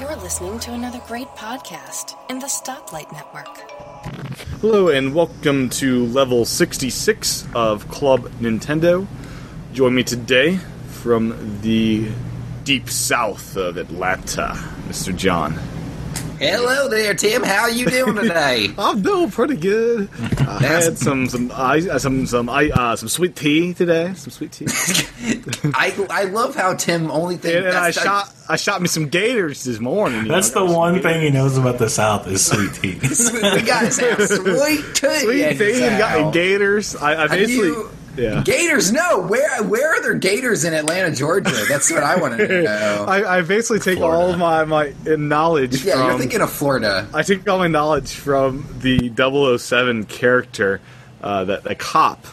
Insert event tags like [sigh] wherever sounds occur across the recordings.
You're listening to another great podcast in the Stoplight Network. Hello and welcome to level 66 of Club Nintendo. Join me today from the deep south of Atlanta, Mr. John. Hello there, Tim. How you doing today? I'm doing pretty good. I had [laughs] some some I, uh, some some I, uh, some sweet tea today. Some sweet tea, I I love how Tim [laughs] only and, thinks I shot I shot me some gators this morning. you That's know, the I got some one gators. thing he knows about the South is sweet [laughs] tea. [laughs] we gotta have sweet tea. [laughs] Sweet tea, in and got town. and gators. I, I Have basically you- yeah. Gators? No. Where where are there gators in Atlanta, Georgia? That's what I want to know. [laughs] I, I basically take all of my my uh, knowledge. yeah, from, you're thinking of Florida. I take all my knowledge from the 007 character, uh, that the cop,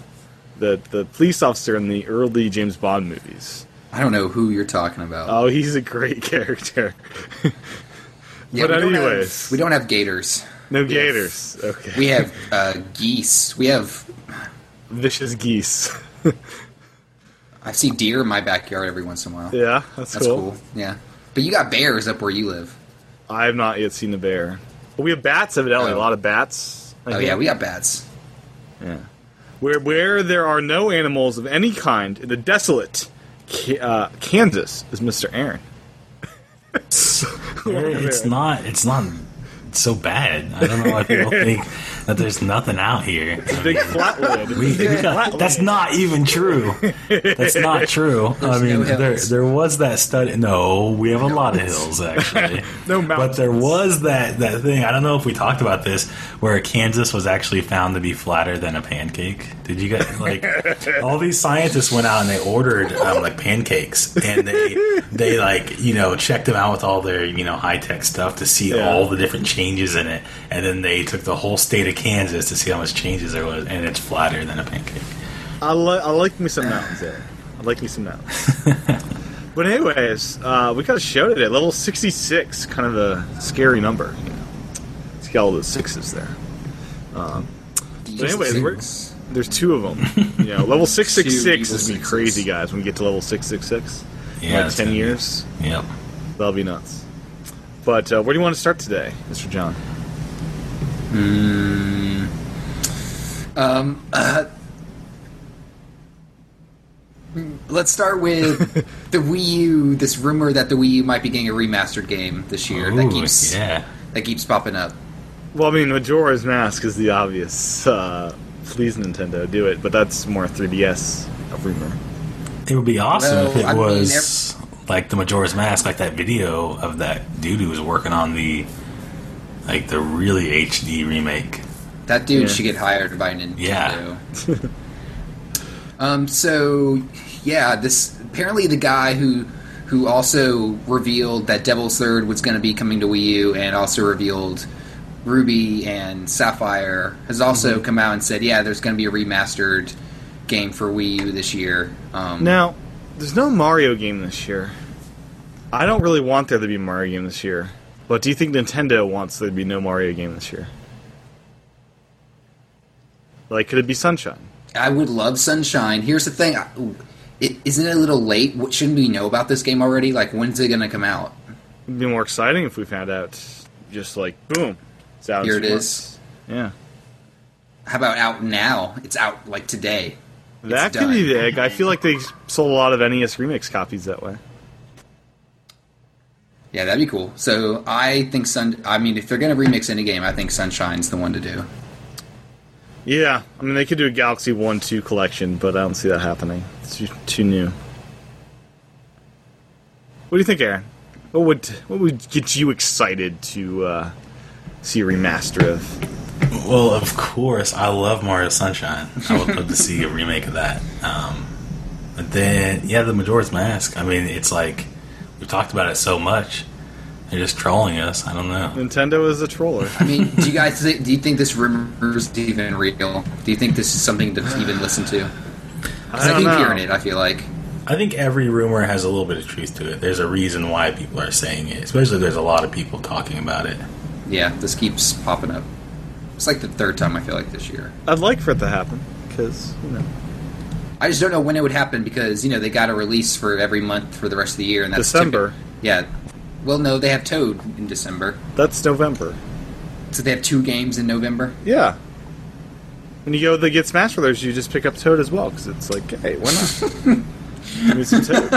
the the police officer in the early James Bond movies. I don't know who you're talking about. Oh, he's a great [laughs] character. yeah, but we don't anyways. have, we don't have gators. No gators. Okay. We have uh, geese. We have. Vicious geese. [laughs] I see deer in my backyard every once in a while. yeah, that's, That's cool. cool. Yeah, but you got bears up where you live. I have not yet seen a bear. But we have bats, evidently. Oh. A lot of bats. I Oh think. yeah, we got bats. Yeah. Where, where there are no animals of any kind in the desolate Ca- uh, Kansas is Mr. Aaron. it's not. It's not so bad. I don't know why people think that there's nothing out here. [laughs] Big flatland. We, we got, that's not even true. That's not true. I mean, no there hills. there was that study. No, we have a lot of hills actually. No But uh, there mountains. was that that thing. I don't know if we talked about this, where Kansas was actually found to be flatter than a pancake. Did you guys like? all these scientists went out and they ordered um, like pancakes, and they they like you know checked them out with all their you know high tech stuff to see Yeah. all the different changes in it, and then they took the whole state of Kansas to see how much changes there was, and it's flatter than a pancake. I, li- I like me some mountains there. I like me some mountains. [laughs] but anyways, uh, we got a show today. Level sixty six, kind of a scary number. You know, it's got all those sixes there. But anyways, we're, there's two of [laughs] them. You know, level six six six evil is gonna be sixes. crazy, guys. When we get to level six six six, in Yeah, like it's ten gonna be- years, Yep. that'll be nuts. But uh, where do you want to start today, Mr. John? Let's [laughs] start with the Wii U. This rumor that the Wii U might be getting a remastered game this year that Ooh, keeps yeah. that keeps popping up. Well, I mean, Majora's Mask is the obvious. Uh, please, Nintendo, do it. But that's more 3DS of rumor. It would be awesome if No, it I mean, was like the Majora's Mask, like that video of that dude who was working on the like the really HD remake. That dude Yeah. should get hired by Nintendo. Yeah. [laughs] um. So, yeah. This apparently the guy who who also revealed that Devil's Third was going to be coming to Wii U, and also revealed Ruby and Sapphire has also Mm-hmm. come out and said, yeah, there's going to be a remastered game for Wii U this year. Um, Now, there's no Mario game this year. I don't really want there to be a Mario game this year. But do you think Nintendo wants there to be no Mario game this year? Like, could it be Sunshine? I would love Sunshine. Here's the thing. I- It, isn't it a little late? What, shouldn't we know about this game already? Like, when's it going to come out? It'd be more exciting if we found out. Just like, boom, it's out. in Here two it months. is. Yeah, How about out now? It's out, like, today. that could be big. I feel like they sold a lot of NES remix copies that way. Yeah, that'd be cool. So, I think Sun. I mean, if they're going to remix any game, I think Sunshine's the one to do. Yeah, I mean they could do a Galaxy One Two collection, but I don't see that happening. It's too, too new. What do you think, Aaron? What would what would get you excited to uh, see a remaster of? Well, of course, I love Mario Sunshine. I would love to see a remake of that. Um, but then, yeah, the Majora's Mask. I mean, it's like we've talked about it so much. They're just trolling us. I don't Mm. know. Nintendo is a troller. I mean, [laughs] do you guys think, do you think this rumor's even real? Do you think this is something to even listen to? 'Cause I I, don't keep know. hearing it. I feel like I think every rumor has a little bit of truth to it. There's a reason why people are saying it, especially if there's a lot of people talking about it. yeah, this keeps popping up. It's like the third time I feel like this year. I'd like for it to happen because you know I just don't know when it would happen because you know they got a release for every month for the rest of the year, and that's December. typi- yeah, Well, no, they have Toad in December, That's November. so they have two games in November. Yeah. When you go to get Smash Brothers, you just pick up Toad as well because it's like, hey, why not? Give me some Toad.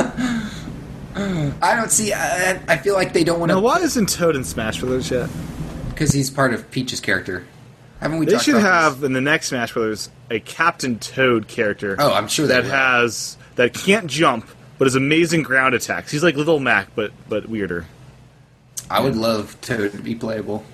I don't see. I, I feel like they don't want Now, to why isn't Toad in Smash Brothers yet? because he's part of Peach's character. Haven't we? They talked should about this? have in the next Smash Brothers a Captain Toad character. Oh, I'm sure they that will. has that can't jump but has amazing ground attacks. He's like Little Mac, but but weirder. [laughs] I would love Toad to be playable.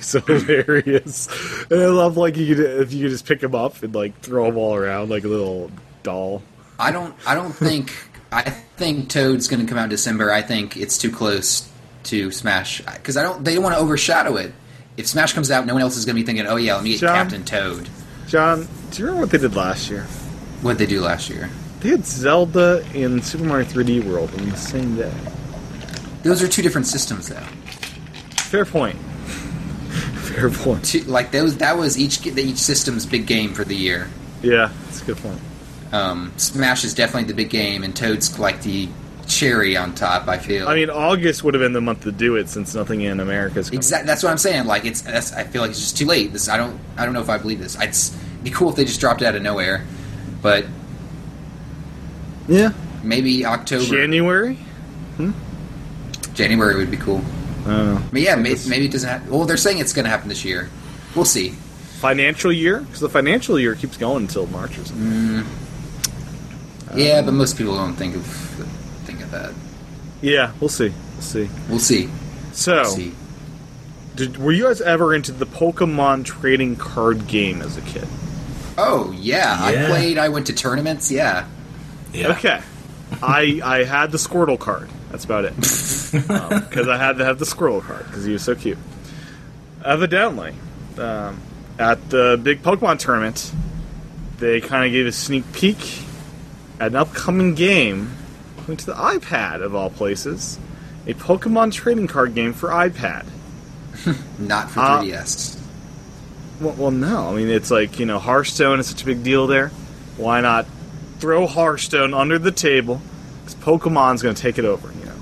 so Hmm. hilarious. And I love like you could if you could just pick him up and like throw him all around like a little doll. I don't. I don't [laughs] think. I think Toad's going to come out in December. I think it's too close to Smash because I don't. They don't want to overshadow it. If Smash comes out, no one else is going to be thinking, "Oh yeah, let me get John? Captain Toad." John, do you remember what they did last year? What they do last year. They had Zelda and Super Mario 3D World on the same day. Those are two different systems, though. Fair point. [laughs] Fair point. Two, like those. That was each ge- each system's big game for the year. Yeah, that's a good point. Um, Smash is definitely the big game, and Toad's like the cherry on top. I feel. I mean, August would have been the month to do it since nothing in America's coming. Exactly. That's what I'm saying. Like it's. That's, I feel like it's just too late. This. I don't. I don't know if I believe this. I'd s- be cool if they just dropped it out of nowhere, but Yeah. maybe October, January? January would be cool. I don't know. But yeah, may, maybe it doesn't. Have, well, they're saying it's going to happen this year. We'll see. Financial year? Because the financial year keeps going until March or something. yeah, Um, but most people don't think of think of that. Yeah, we'll see. We'll see. We'll see. So, We'll see. Did, were you guys ever into the Pokemon trading card game as a kid? Oh yeah, I Yeah. played. I went to tournaments. Yeah. Yeah. Okay. I I had the Squirtle card. That's about it. Because I had to have the Squirtle card because he was so cute. Evidently, um, at the big Pokemon tournament, they kind of gave a sneak peek at an upcoming game coming to the iPad of all places, a Pokemon trading card game for iPad. Not for Uh, 3ds. Well, well, no. I mean, it's like you know, Hearthstone is such a big deal there. Why not throw Hearthstone under the table? Because Pokemon's going to take it over. You know,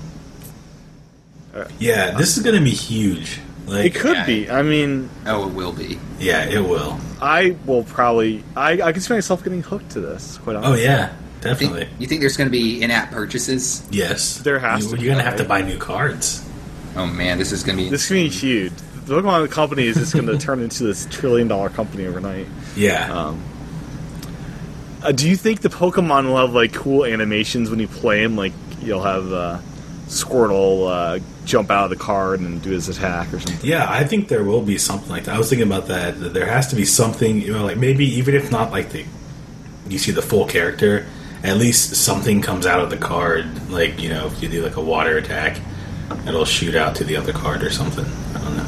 Yeah, this is going to be huge. Like, it could be. I mean, Oh, it will be. Yeah, it will. I will probably. I I can see myself getting hooked to this. Quite Oh honestly. yeah, Think- definitely. you think there's going to be in-app purchases? Yes, There has you, to be, You're gonna have to right? buy new cards. Oh man, this is going to be. This is going to be huge. The Pokemon company is just going to [laughs] turn into this trillion-dollar company overnight. Yeah, Um, uh, do you think the Pokemon will have like cool animations when you play them? Like you'll have uh, Squirtle uh, jump out of the card and do his attack or something. yeah. I think there will be something like that. I was thinking about that. that There has to be something. You know, like maybe even if not like the, you see the full character. At least something comes out of the card. Like you know, if you do like a water attack, it'll shoot out to the other card or something. I don't know.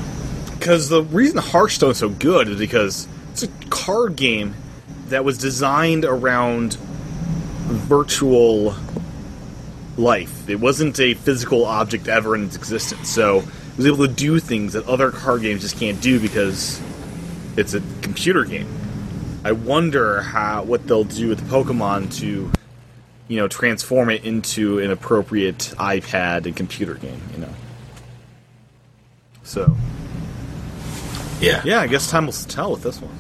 Because the reason Hearthstone's so good is because it's a card game that was designed around virtual life. It wasn't a physical object ever in its existence, so it was able to do things that other card games just can't do because it's a computer game. I wonder how what they'll do with Pokemon to, you know, transform it into an appropriate iPad and computer game. You know, so. Yeah, Yeah, I guess time will tell with this one.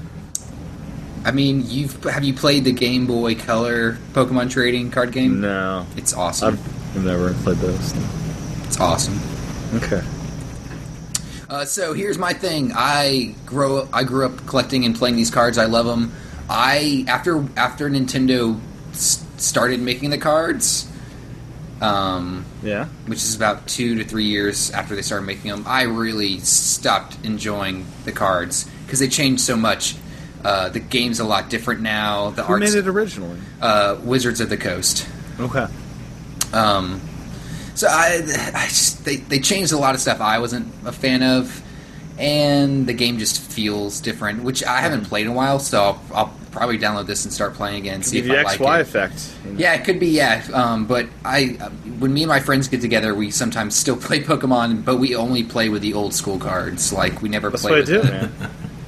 I mean, you've have you played the Game Boy Color Pokemon trading card game? No, It's awesome. I've never played those. It's awesome. Okay. Uh, so here's my thing. I grow. I grew up collecting and playing these cards. I love them. I after after Nintendo s- started making the cards, um, Yeah. which is about two to three years after they started making them, I really stopped enjoying the cards because they changed so much. Uh, the game's a lot different now. The Who art's made it originally? uh, Wizards of the Coast. Okay. Um, so I, I just they, they changed a lot of stuff I wasn't a fan of, and the game just feels different, which I haven't played in a while. So I'll, I'll probably download this and start playing again, see The if I XY like it. effect. you know. Yeah, it could be yeah. Um, but I, uh, when me and my friends get together, we sometimes still [laughs] play Pokemon, but we only play with the old school cards. Like we never That's play what I with do, the, man.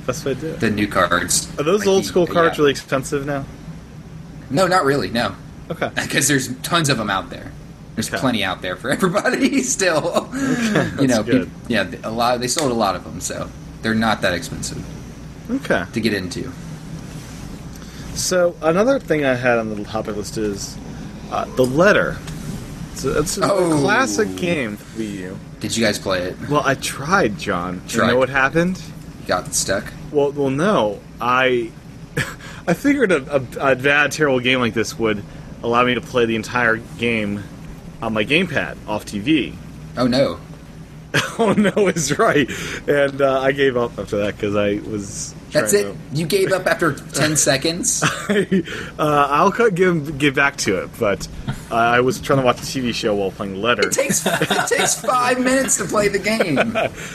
That's what I do. the new cards. Are those Like, old the- school cards yeah. really expensive now? No, [laughs] not really. No, Okay. because there's tons of them out there. There's Okay. plenty out there for [laughs] everybody still. [laughs] you know, that's good. peop- yeah, a lot. They sold a lot of them, so they're not that expensive Okay. to get into. So another thing I had on the topic list is uh, the letter. So it's a Oh. classic game for Wii U. Did you guys play it? Well, I tried, John. You Tried. know what happened? Got stuck? Well, well, no. I [laughs] I figured a, a, a bad, terrible game like this would allow me to play the entire game on my gamepad off TV. Oh no! [laughs] Oh no, is right. And uh, I gave up after that because I was. That's trying it. to- You gave up [laughs] after ten seconds. uh, I'll cut, give give back to it, but uh, I was trying to watch a TV show while playing Letter. It takes it takes five minutes to play the game.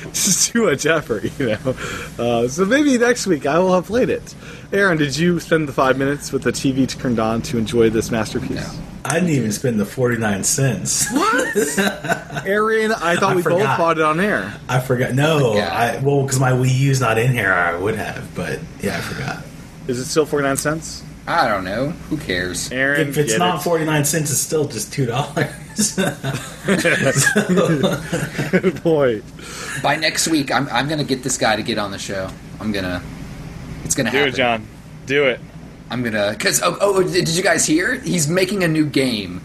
It's [laughs] too much effort, you know. Uh, so maybe next week I will have played it. Aaron, did you spend the five minutes with the TV turned on to enjoy this masterpiece? I didn't even spend the 49 cents. Aaron, I thought I we both forgot. bought it on air. I forgot. No, Yeah. I well because my Wii U's not in here. I would have, but yeah, I forgot. Is it still forty nine cents? I don't know. Who cares? Aaron, if it's get not it. 49 cents, it's still just two [laughs] dollars. [laughs] good boy. By next week, I'm I'm gonna get this guy to get on the show. I'm gonna. It's gonna Do happen. it, John. Do it. I'm gonna because oh, oh did you guys hear? He's making a new game.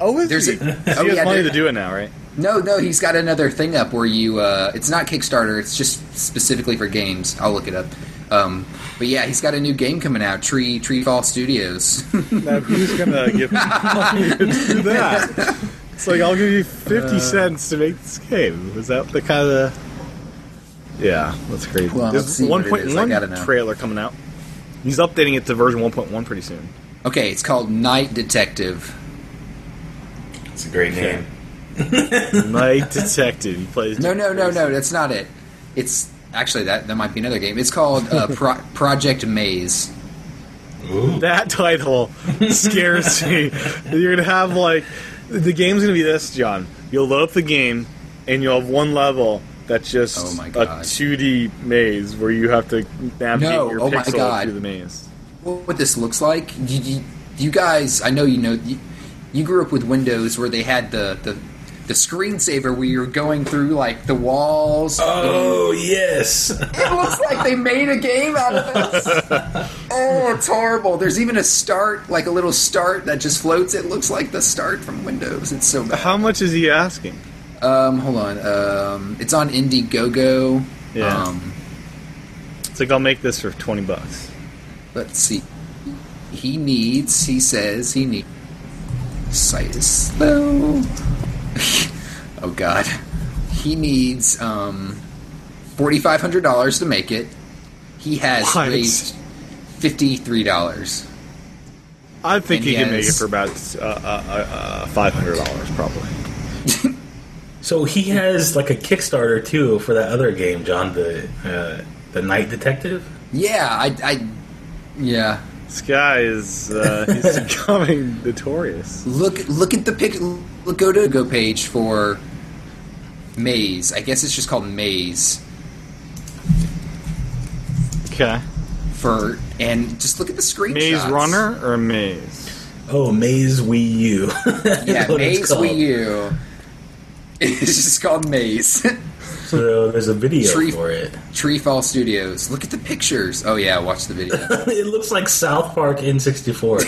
Oh, is There's he? [laughs] So a- oh, he has yeah, money to there- do it now, [laughs] right? No, no, he's got another thing up where you. Uh, it's not Kickstarter. It's just specifically for games. I'll look it up. Um, but yeah, he's got a new game coming out. Tree Treefall Studios. [laughs] Now who's [laughs] gonna give money to do that? It's like I'll give you fifty Uh, cents to make this game. Is that the kind of? Yeah, that's crazy. Well, let's There's see what one it point is. I one gotta know. trailer coming out. He's updating it to version one point one pretty soon. [laughs] okay, it's called Night Detective. it's a great name. Night Detective. He plays. No, no, no, no. That's not it. It's actually that that might be another game. It's called uh, Pro- Project Maze. Ooh. That title [laughs] scares me. You're gonna have like the game's gonna be this, John. You'll load up the game, and you'll have one level that's just Oh my a God. 2D maze where you have to navigate No, your oh my pixel God. through the maze. What this looks like? You, you, you guys, I know you know. You, you grew up with Windows where they had the the, the screensaver where you're going through like the walls. Oh yes. It looks like they made a game out of this. Oh, it's horrible. There's even a start, like a little start that just floats. It looks like the start from Windows. It's so bad. How much is he asking? Um, hold on. Um, it's on Indiegogo. Yeah. Um, It's like I'll make this for twenty bucks. let's see. He needs. He says he needs. Site is slow. [laughs] oh God. He needs um, forty five hundred dollars to make it. He has What? raised fifty three dollars. I think And he can make it yes. for about uh, uh, uh, five hundred dollars, probably. So he has like a Kickstarter too for that other game, John, the uh, the Night Detective. Yeah, I, I, yeah. This guy is [laughs] uh, he's becoming notorious. Look, look at the pic. Look, go to go page for Maze. I guess it's just called Maze Okay, for, and just look at the screen. maze runner or maze? Oh, Maze Wii U. [laughs] [laughs] Yeah, What it's Maze called. Wii U. [laughs] It's just called Maze. [laughs] So there's a video Tree- for it. [laughs] Treefall Studios. Look at the pictures. Oh yeah, watch the [laughs] video. It looks like South Park N64.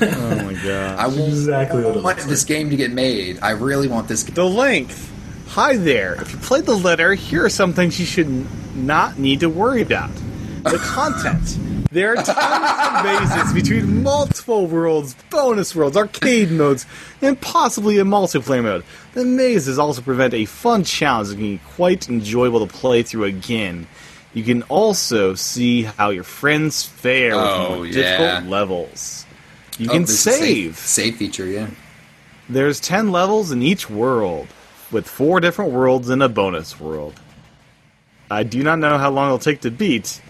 Oh my god. I want exactly what it want looks like. this game to get made. I really want this. game. The length. Hi there. If you played the letter, here are some things you should n- not need to worry about. [laughs] The content. There are tons of bases between multiple worlds, bonus worlds, arcade modes, and possibly a multiplayer mode. The mazes also prevent a fun challenge that can be quite enjoyable to play through again. You can also see how your friends fare with Oh, more yeah. difficult levels. You Oh, can there's a save save. save feature. Yeah. There's 10 levels in each world, with four different worlds and a bonus world. I do not know how long it'll take to beat,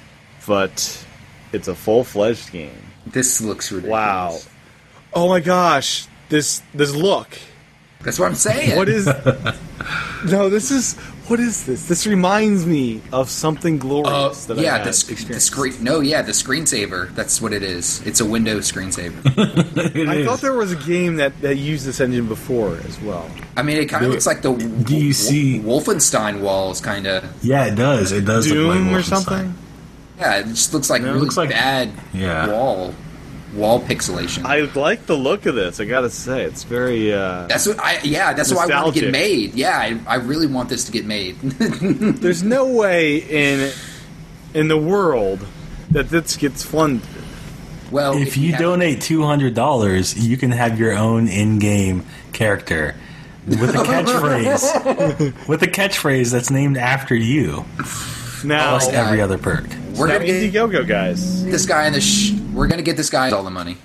but it's a full-fledged game. This looks ridiculous. Wow. Oh my gosh, this this look. [laughs] That's what I'm saying. What is No, this is what is this? This reminds me of something Uh, glorious that I yeah, had the, sc- the experienced. screen. No, yeah, the screensaver. That's what it is. It's a Windows [laughs] screensaver. It I is. thought there was a game that, that used this engine before as well. I mean, it kind of looks like the Do you see- Wolfenstein walls? Kind of. yeah, it does. It does. look Doom like or Wolfenstein. something? Yeah, it just looks like No, it really looks like- bad Yeah. wall wall pixelation. I like the look of this, I gotta say. It's very uh that's what I yeah. That's why I want to Nostalgic. get made. Yeah, I, I really want this to get made. [laughs] there's no way in in the world that this gets funded. well, If you Oh, have- donate two hundred dollars, you can have your own in-game character with a catchphrase. with a catchphrase that's named after you, Now plus Oh, every God. other perk. we're now gonna get Indiegogo guys. this guy in the sh- we're gonna get this guy all the money.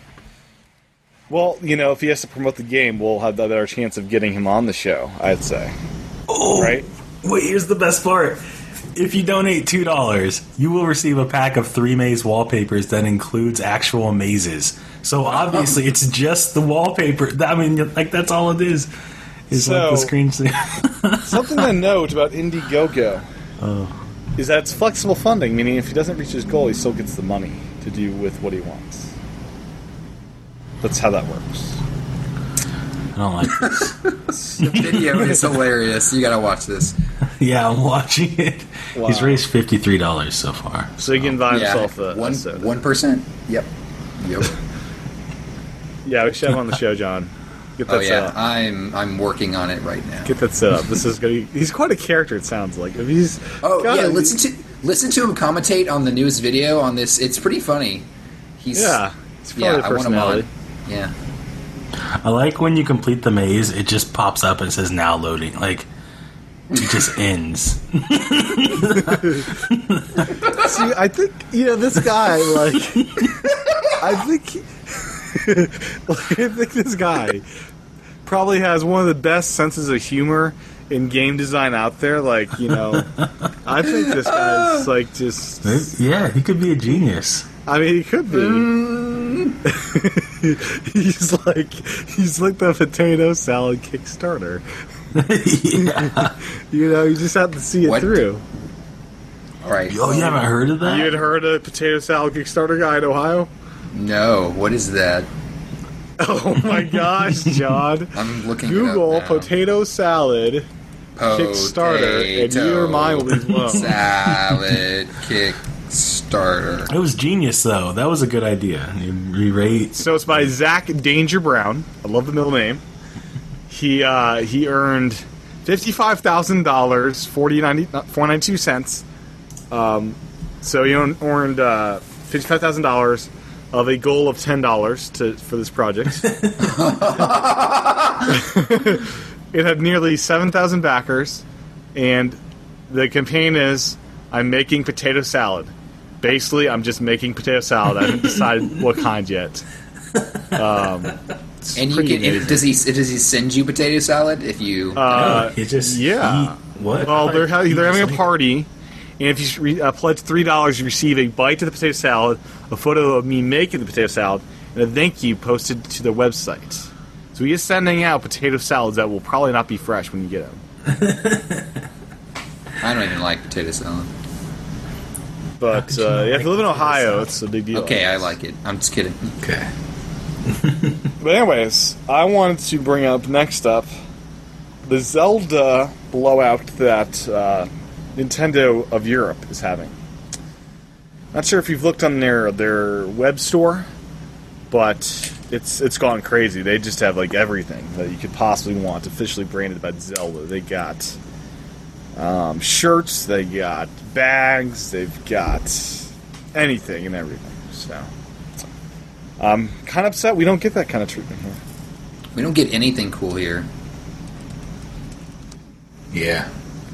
Well, you know, if he has to promote the game, we'll have a better chance of getting him on the show, I'd say. Oh, Right? Wait, here's the best part. If you donate two dollars, you will receive a pack of three maze wallpapers that includes actual mazes. So obviously, it's just the wallpaper. [laughs] I mean, like that's all it is. Is like the So- screen. [laughs] sa- Something to note about Indiegogo Oh. is that it's flexible funding, meaning if he doesn't reach his goal, he still gets the money to do with what he wants. That's how that works. I don't like. This. The video [laughs] is hilarious. You gotta watch this. Yeah, I'm watching it. He's Wow. raised fifty three dollars so far. So he can buy himself a, one a soda. one percent. Yep. Yep. Yeah, we should have him on the show, John. Get that oh set yeah, up. I'm I'm working on it right now. Get that set up. This is gonna. Be, he's quite a character. It sounds like. If he's Oh God, yeah, he- listen to listen to him commentate on the newest video on this. It's pretty funny. He's Yeah, it's yeah. probably a I want him personality. on. Yeah. I like when you complete the maze; it just pops up and says "now loading." Like it [laughs] just ends. See, I think you know this guy. [laughs] Like, I think, he- [laughs] like, I think this guy probably has one of the best senses of humor in game design out there. Like, you [laughs] know, I think this guy's like just. yeah, he could be a genius. [laughs] I mean, he could be. [laughs] he's like he's like the potato salad Kickstarter. yeah. You know, you just have to see it What? through. All right. Oh, you haven't heard of that? You had heard of potato salad Kickstarter guy in Ohio? [laughs] No. What is that? Oh [laughs] my gosh, John. I'm looking. Google it up now. potato salad Kickstarter, and Potato your mind will be [laughs] blown. salad Kickstarter. It was genius, though. That was a good idea. You re-rate. so it's by Zach Danger Brown. I love the middle name. He uh, he earned fifty-five thousand dollars, forty ninety four ninety-two cents. Um, so he earned- earned uh, fifty-five thousand dollars of a goal of ten dollars to for this project. It had nearly 7,000 backers, and the campaign is I'm making potato salad. Basically, I'm just making potato salad. I haven't [laughs] decided what kind yet. Um, And you pretty can. and amazing. does he? Does he send you potato salad if you? Uh, it just yeah. he- what? Well, they're, ha- He they're just having a made- party, and if you re- uh, pledge $3, you receive a bite of the potato salad, a photo of me making the potato salad, and a thank you posted to their website. So he is sending out potato salads that will probably not be fresh when you get them. I don't even like potato salad. But you uh, not if like you live in potato Ohio, salad? it's a big deal. Okay, I like it. I'm just kidding. Okay. But anyways, I wanted to bring up next up the Zelda blowout that uh, Nintendo of Europe is having. Not sure if you've looked on their their web store, but it's it's gone crazy. They just have like everything that you could possibly want officially branded by Zelda. They got um, shirts, they got bags, they've got anything and everything. So I'm kind of upset we don't get that kind of treatment here. We don't get anything cool here. Yeah.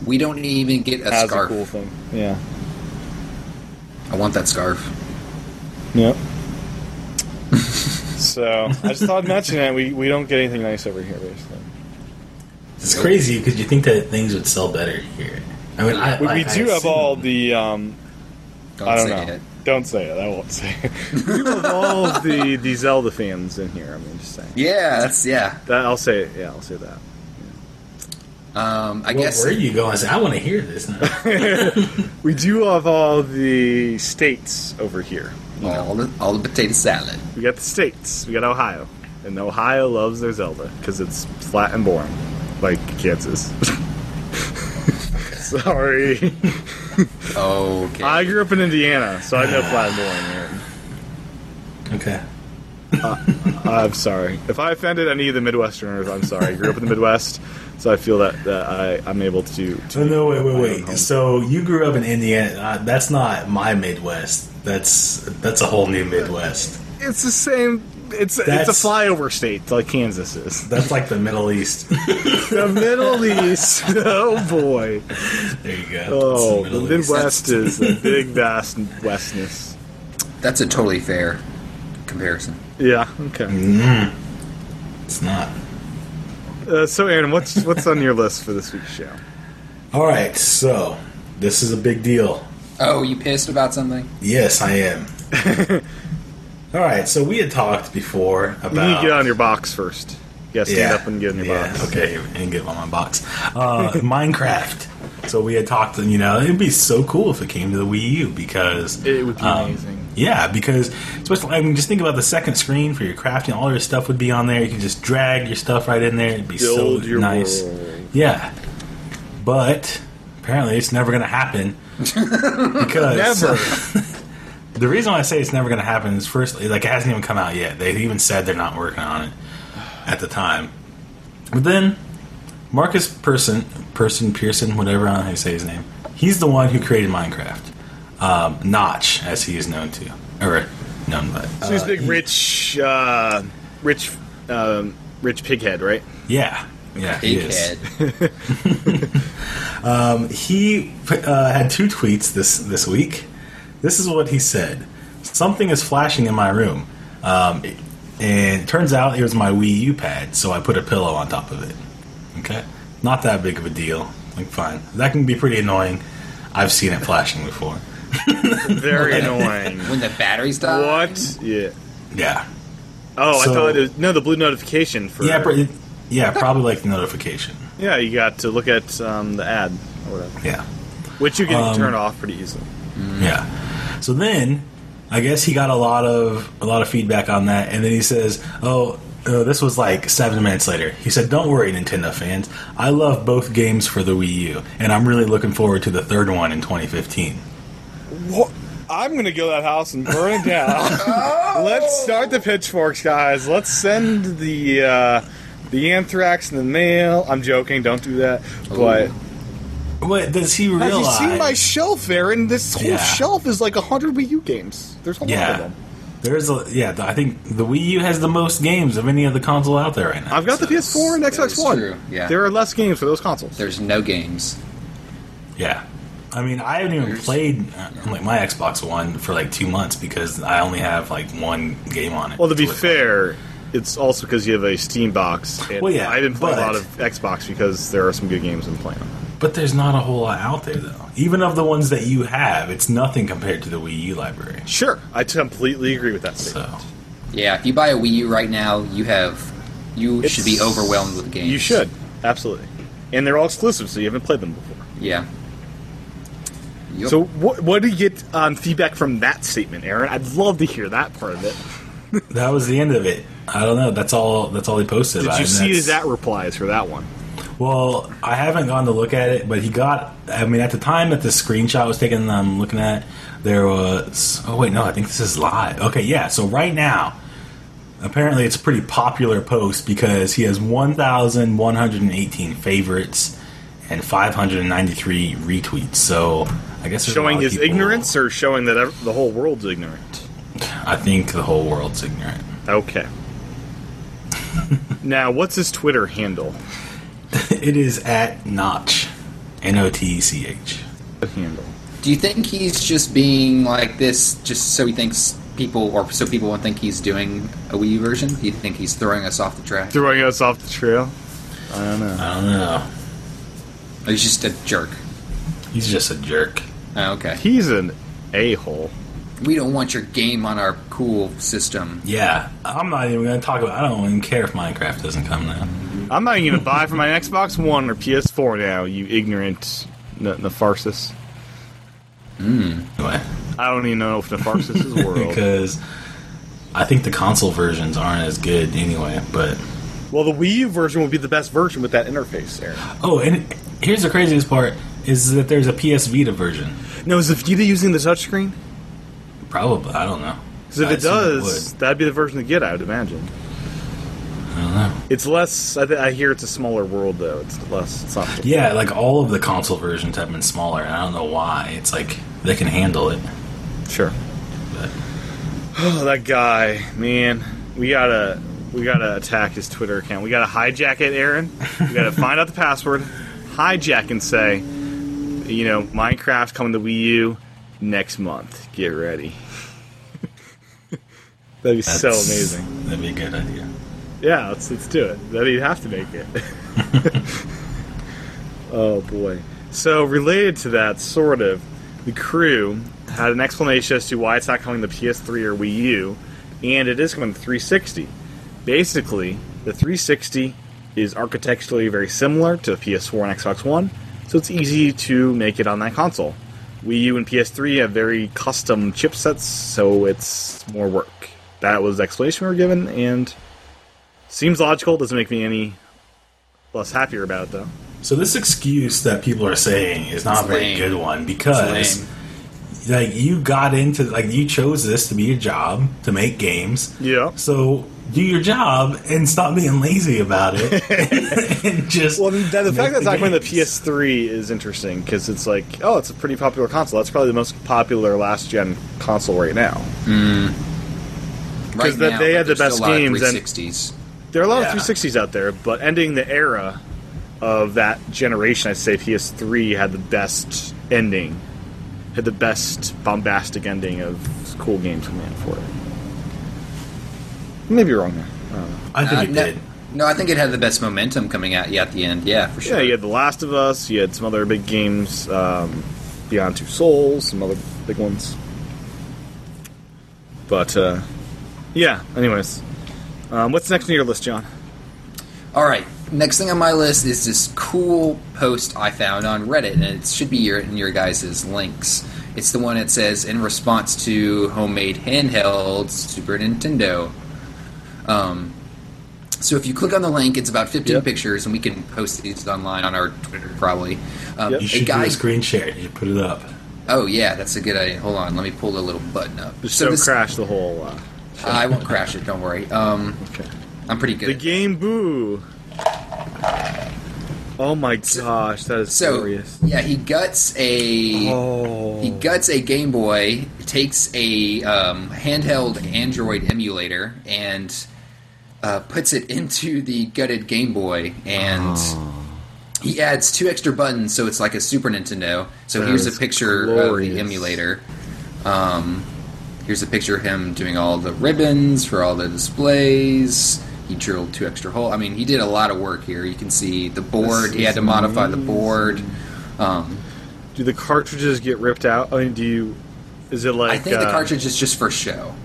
We don't even get a That's scarf. a cool thing. Yeah. I want that scarf. [laughs] Yep. so I just thought I'd mention it. We we don't get anything nice over here, basically. It's crazy because you think that things would sell better here. I mean, I, We, we I- I do have assume- all the um, Don't I don't say know. it. Don't say it. I won't say [laughs] it. we do have all of the the Zelda fans in here. I mean, just saying. Yeah, that's yeah. That I'll say. it. Yeah, I'll say that. Um, I Well, guess where are you going? I, said, I want to hear this. Now. [laughs] We do have all the states over here. all the all the potato salad. We got the states. We got Ohio, and Ohio loves their Zelda because it's flat and boring, like Kansas. [laughs] Sorry, Okay. I grew up in Indiana, so I know flat and boring. Man. Okay. I'm sorry if I offended any of the Midwesterners. I'm sorry. I grew up in the Midwest, so I feel that, that I I'm able to. to Um, No, Oh, no, wait, my own wait, home. wait. So you grew up in Indiana. Uh, that's not my Midwest. That's that's a whole new Midwest. it's the same. It's it's That's- a flyover state like Kansas is. That's like the Middle [laughs] East. The Middle East. [laughs] Oh boy. there you go. Oh, It's the East. Midwest is a big vast westness. That's a totally fair comparison. Yeah. Mm-hmm. Okay. It's not. Uh, so, Aaron, what's what's on your list for this week's show? All right. So this is a big deal. Oh, you pissed about something? Yes, I [laughs] am. All right. So we had talked before about. You need to get on your box first. You gotta stand up and get in your Uh, yeah, box. Okay, and get on my box. Uh, Minecraft. So we had talked, you know, it'd be so cool if it came to the Wii U because It would be um, amazing. Yeah, because especially I mean, just think about the second screen for your crafting. All your stuff would be on there. You could just drag your stuff right in there. It'd be Build so your nice. world. Yeah, but apparently it's never going to happen because Never. uh, the reason why I say it's never going to happen is first, like it hasn't even come out yet. They even said they're not working on it at the time. But then Marcus Person, Person Pearson, whatever I don't know how you say his name, he's the one who created Minecraft. Um, Notch, as he is known to, or known by. So he's Uh, big, he- rich, uh, rich, um, rich pighead, right? Yeah, yeah, he is. Dickhead. he uh, had two tweets this this week. This is what he said: "Something is flashing in my room," um, and it turns out it was my Wii U pad. So I put a pillow on top of it. Okay, not that big of a deal. Like, fine, that can be pretty annoying. I've seen it flashing before. [laughs] Very annoying. When [laughs] the batteries die. What? Yeah. Yeah, Oh, So- I thought it was, no the blue notification for yeah, but it- yeah, probably like the notification. yeah you got to look at um, the ad or whatever, Yeah. which you can Um, turn off pretty easily. Yeah. So then, I guess he got a lot of a lot of feedback on that, and then he says, "Oh, uh, this was like seven minutes later." He said, "Don't worry, Nintendo fans. I love both games for the Wii U, and I'm really looking forward to the third one in 2015." What? I'm gonna go to that house and burn it [laughs] down. Oh! Let's start the pitchforks, guys. Let's send the uh, the anthrax in the mail. I'm joking. Don't do that. But What does he realize? have you seen my shelf, Aaron? This whole Yeah. shelf is like hundred Wii U games. There's a lot of yeah. them. There's a yeah. I think the Wii U has the most games of any other console out there right now. I've got the PS4 and That Xbox is true, One. yeah. There are less games for those consoles. There's no games. Yeah. I mean, I haven't even played uh, like my Xbox One for like two months because I only have like one game on it. well, to be look at. fair, it's also because you have a Steam box. And Well, yeah, I didn't play a but- lot of Xbox because there are some good games I'm playing. But there's not a whole lot out there, though. Even of the ones that you have, it's nothing compared to the Wii U library. Sure, I completely agree with that statement. So, Yeah, if you buy a Wii U right now, you have you It's- should be overwhelmed with games. You should absolutely, and they're all exclusive, so you haven't played them before. Yeah. Yep. So, what, what do you get um, feedback from that statement, Aaron? I'd love to hear that part of it. that was the end of it. I don't know. That's all. That's all he posted. Did about you it, see and his that's- at replies for that one? Well, I haven't gone to look at it, but he got. I mean, at the time that the screenshot was taken, I'm looking at there was. Oh wait, no, I think this is live. Okay, yeah. So right now, apparently, it's a pretty popular post because he has 1,118 favorites and 593 retweets. So I guess there's a lot Showing of his people- ignorance, or showing that ev- the whole world's ignorant? I think the whole world's ignorant. [laughs] [laughs] Okay. now, what's his Twitter handle? it is at Notch, N O T C H. Handle. Do you think he's just being like this, just so he thinks people, or so people won't think he's doing a Wii U version? Do you think he's throwing us off the track? Throwing us off the trail. I don't know. I don't know. Or Oh, he's just a jerk. He's just a jerk. Oh, okay. He's an a hole. We don't want your game on our cool system. Yeah, I'm not even going to talk about. I don't even care if Minecraft doesn't come now. I'm not even gonna buy [laughs] for my Xbox One or PS4 now. You ignorant n- Nepharsis. Anyway, I don't even know if Nepharsis is [laughs] a world. because I think the console versions aren't as good anyway. But well, the Wii U version would be the best version with that interface, Aaron. oh, and here's the craziest part is that there's a PS Vita version. No, is the Vita using the touchscreen? Probably, I don't know. Because if I it assume does, that'd be the version to get. I would imagine. would. I don't know. It's less. I, th- I hear it's a smaller world though. It's less. It's not. Yeah, like all of the console versions have been smaller, and I don't know why. It's like they can handle it. Sure. Oh, that guy, man. We gotta, we gotta attack his Twitter account. We gotta hijack it, Aaron. We [laughs] gotta find out the password, hijack, and say, you know, Minecraft coming to Wii U next month. Get ready. [laughs] That'd be so That's- amazing. That'd be a good idea. Yeah, let's let's do it. Then you'd have to make it. oh boy. So related to that, sort of, the crew had an explanation as to why it's not coming to PS3 or Wii U, and it is coming to 360. Basically, the 360 is architecturally very similar to the PS4 and Xbox One, so it's easy to make it on that console. Wii U and PS3 have very custom chipsets, so it's more work. That was the explanation we were given, and Seems logical. Doesn't make me any less happier about it, though. So this excuse that people are saying is not It's a very lame. good one It's because lame. like you got into like you chose this to be your job to make games. Yeah. So do your job and stop being lazy about [laughs] it. and just Well, I mean, that, the fact that make it's not [laughs] coming to games. PS3 is interesting because it's like, oh, it's a pretty popular console. That's probably the most popular last gen console right now. Right that now, they had the there's best still a lot of games and- 360s. There are a lot Yeah. of 360s out there, but ending the era of that generation, I'd say PS3 had the best ending, had the best bombastic ending of cool games coming out for it. Maybe you're wrong there. I don't know. I think Uh, it no, did. no, I think it had the best momentum coming out yeah, at the end. Yeah, for sure. Yeah, you had The Last of Us. You had some other big games, um, Beyond Two Souls, some other big ones. But uh, yeah, anyways, um, what's next on your list, John? All right. Next thing on my list is this cool post I found on Reddit, and it should be your, in your guys' links. It's the one that says, in response to homemade handheld Super Nintendo. Um, so if you click on the link, it's about 15 Yep. pictures, and we can post these online on our Twitter probably. Um, Yep. You a should guy- do a screen share. You should put it up. Oh, yeah, that's a good idea. Hold on, let me pull the little button up. Just so this- crash the whole. Uh, I won't crash it, don't worry. Um, okay. I'm pretty The good. game Boo. Oh my gosh, that is so, glorious. yeah, he guts a. Oh, He guts a Game Boy, takes a um, handheld Android emulator, and uh, puts it into the gutted Game Boy, and Oh. he adds two extra buttons, so it's like a Super Nintendo. So That here's is a picture of glorious. the emulator. Um, here's a picture of him doing all the ribbons for all the displays. He drilled two extra holes. I mean, he did a lot of work here. You can see the board. He had to modify the board. Um, do the cartridges get ripped out? I mean, do you? Is it like I think the uh, cartridge is just for show.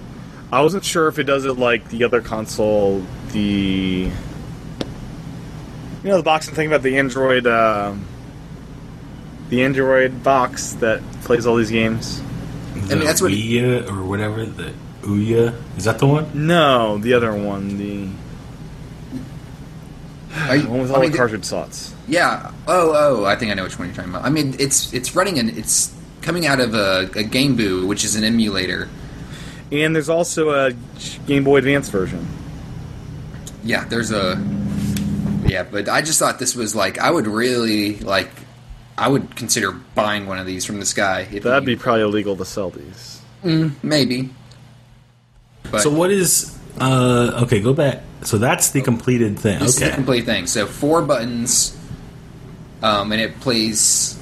I wasn't sure if it does it like the other console, the you know the box I'm thinking about the Android, um the Android box that plays all these games. The mean, that's what- Ouya or whatever the Ouya is that the one? No, the other one, the Are you, one with all I mean, the cartridge slots. Yeah. Oh, oh. I think I know which one you're talking about. I mean, it's it's running and it's coming out of a, a Game Boo, which is an emulator. And there's also a Game Boy Advance version. Yeah. There's a. Yeah, but I just thought this was like I would really like. I would consider buying one of these from this guy. If That'd he- be probably illegal to sell these. maybe. But So what is uh okay, go back. So that's the completed thing. Oh. This is okay. the complete thing. So four buttons, um, and it plays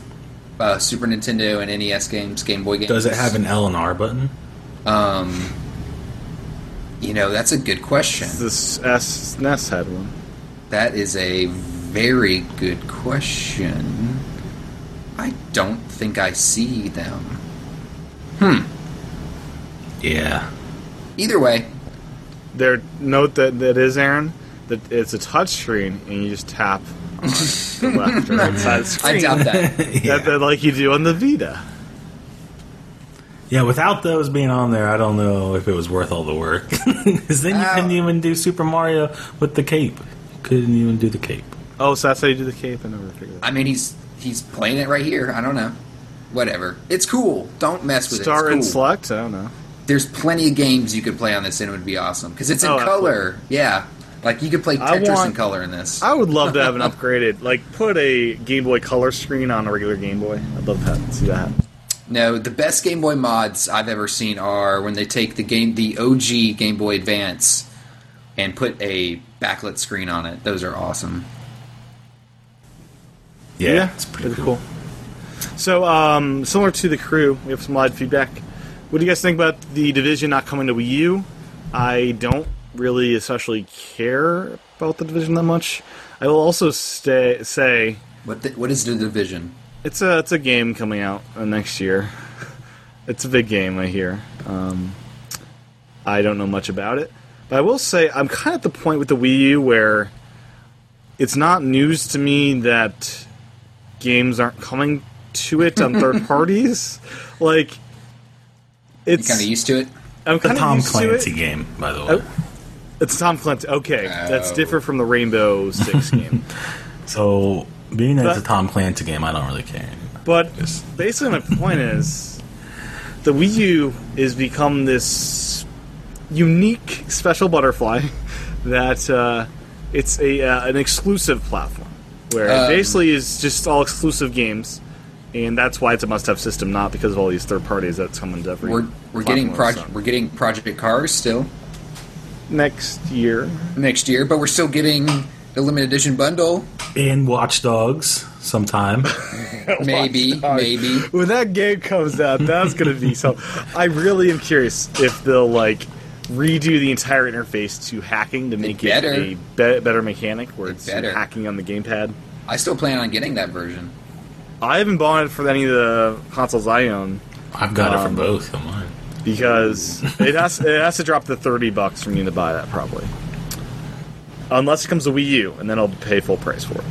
uh, Super Nintendo and NES games, Game Boy games. Does it have an L and R button? Um, you know, that's a good question. This S NES had one. That is a very good question. I don't think I see them. Yeah. Either way, There, note that that is Aaron. that it's a touch screen and you just [laughs] tap on the left or right side of the screen. I doubt that. [laughs] yeah. That- that like you do on the Vita. Yeah, without those being on there, I don't know if it was worth all the work. [laughs] Because then you Uh, Ow. couldn't even do Super Mario with the cape. Couldn't even do the cape. Oh, so that's how you do the cape. I never figured that. I mean, he's he's playing it right here. I don't know. Whatever. It's cool. Don't mess with Star it. and It's cool. select. I don't know. There's plenty of games you could play on this, and it would be awesome because it's in Oh, absolutely. color. Yeah, like you could play I Tetris in want- color in this. I would love to have an upgraded, like put a Game Boy Color screen on a regular Game Boy. I'd love that. See that. No, the best Game Boy mods I've ever seen are when they take the game, the OG Game Boy Advance, and put a backlit screen on it. Those are awesome. Yeah, it's pretty cool. So, um, similar to the crew, we have some live feedback. What do you guys think about the division not coming to Wii U? I don't really especially care about the division that much. I will also stay, say What the, what is the division? it's a it's a game coming out uh, next year. It's a big game, I hear. Um, I don't know much about it, but I will say I'm kind of at the point with the Wii U where it's not news to me that games aren't coming to it on third [laughs] parties. Like You it's kind of used to it. I'm The kind of Tom used to it. Clancy game, by the way. Oh. It's Tom Clancy. Okay, that's Oh. different from the Rainbow Six game. So, being that it's a But- Tom Clancy game, I don't really care. But basically, my point is the Wii U has become this unique special butterfly [laughs] that uh, it's a uh, an exclusive platform where Um, it basically is just all exclusive games. And that's why it's a must-have system, not because of all these third parties that's coming to every. We're we're getting platform, project so. we're getting Project Cars still next year. next year, but we're still getting the limited [laughs] edition bundle. And Watch Dogs sometime. [laughs] Maybe, maybe. when that game comes out, that's gonna be so. I really am curious if they'll like redo the entire interface to hacking to make it, better. a be- better mechanic where it's better. hacking on the gamepad. I still plan on getting that version. I haven't bought it for any of the consoles I own [laughs] I've got it Um, for both. Come on. because it has it has to drop to thirty bucks for me to buy that probably. Unless it comes to Wii U, and then I'll pay full price for it.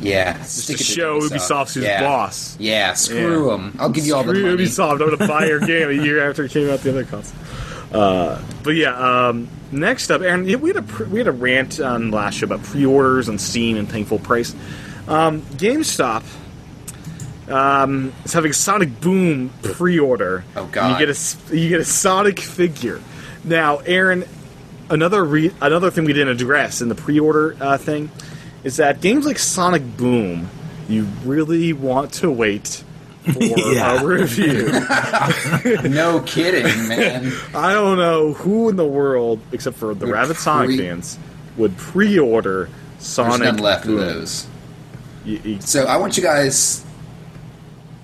Yeah, Just to stick it show Ubisoft who's yeah. boss. Yeah, screw Yeah. them. I'll give you all the Screw money. Ubisoft. I'm going to buy your game a year after it came out the other console. Uh, but yeah, um, next up, Aaron, yeah, we had a pr- we had a rant on last show about pre-orders and Steam and paying full price. Um, GameStop um, is having Sonic Boom pre-order. Oh, God. You get a s- you get a Sonic figure. Now, Aaron, another re- another thing we didn't address in the pre-order uh, thing is that games like Sonic Boom, you really want to wait [laughs] for Yeah. a review. No [laughs] kidding, man. I don't know who in the world, except for the Would rabid Sonic pre- fans, would pre-order There's Sonic none left Boom. of those. You- you- So I want you guys.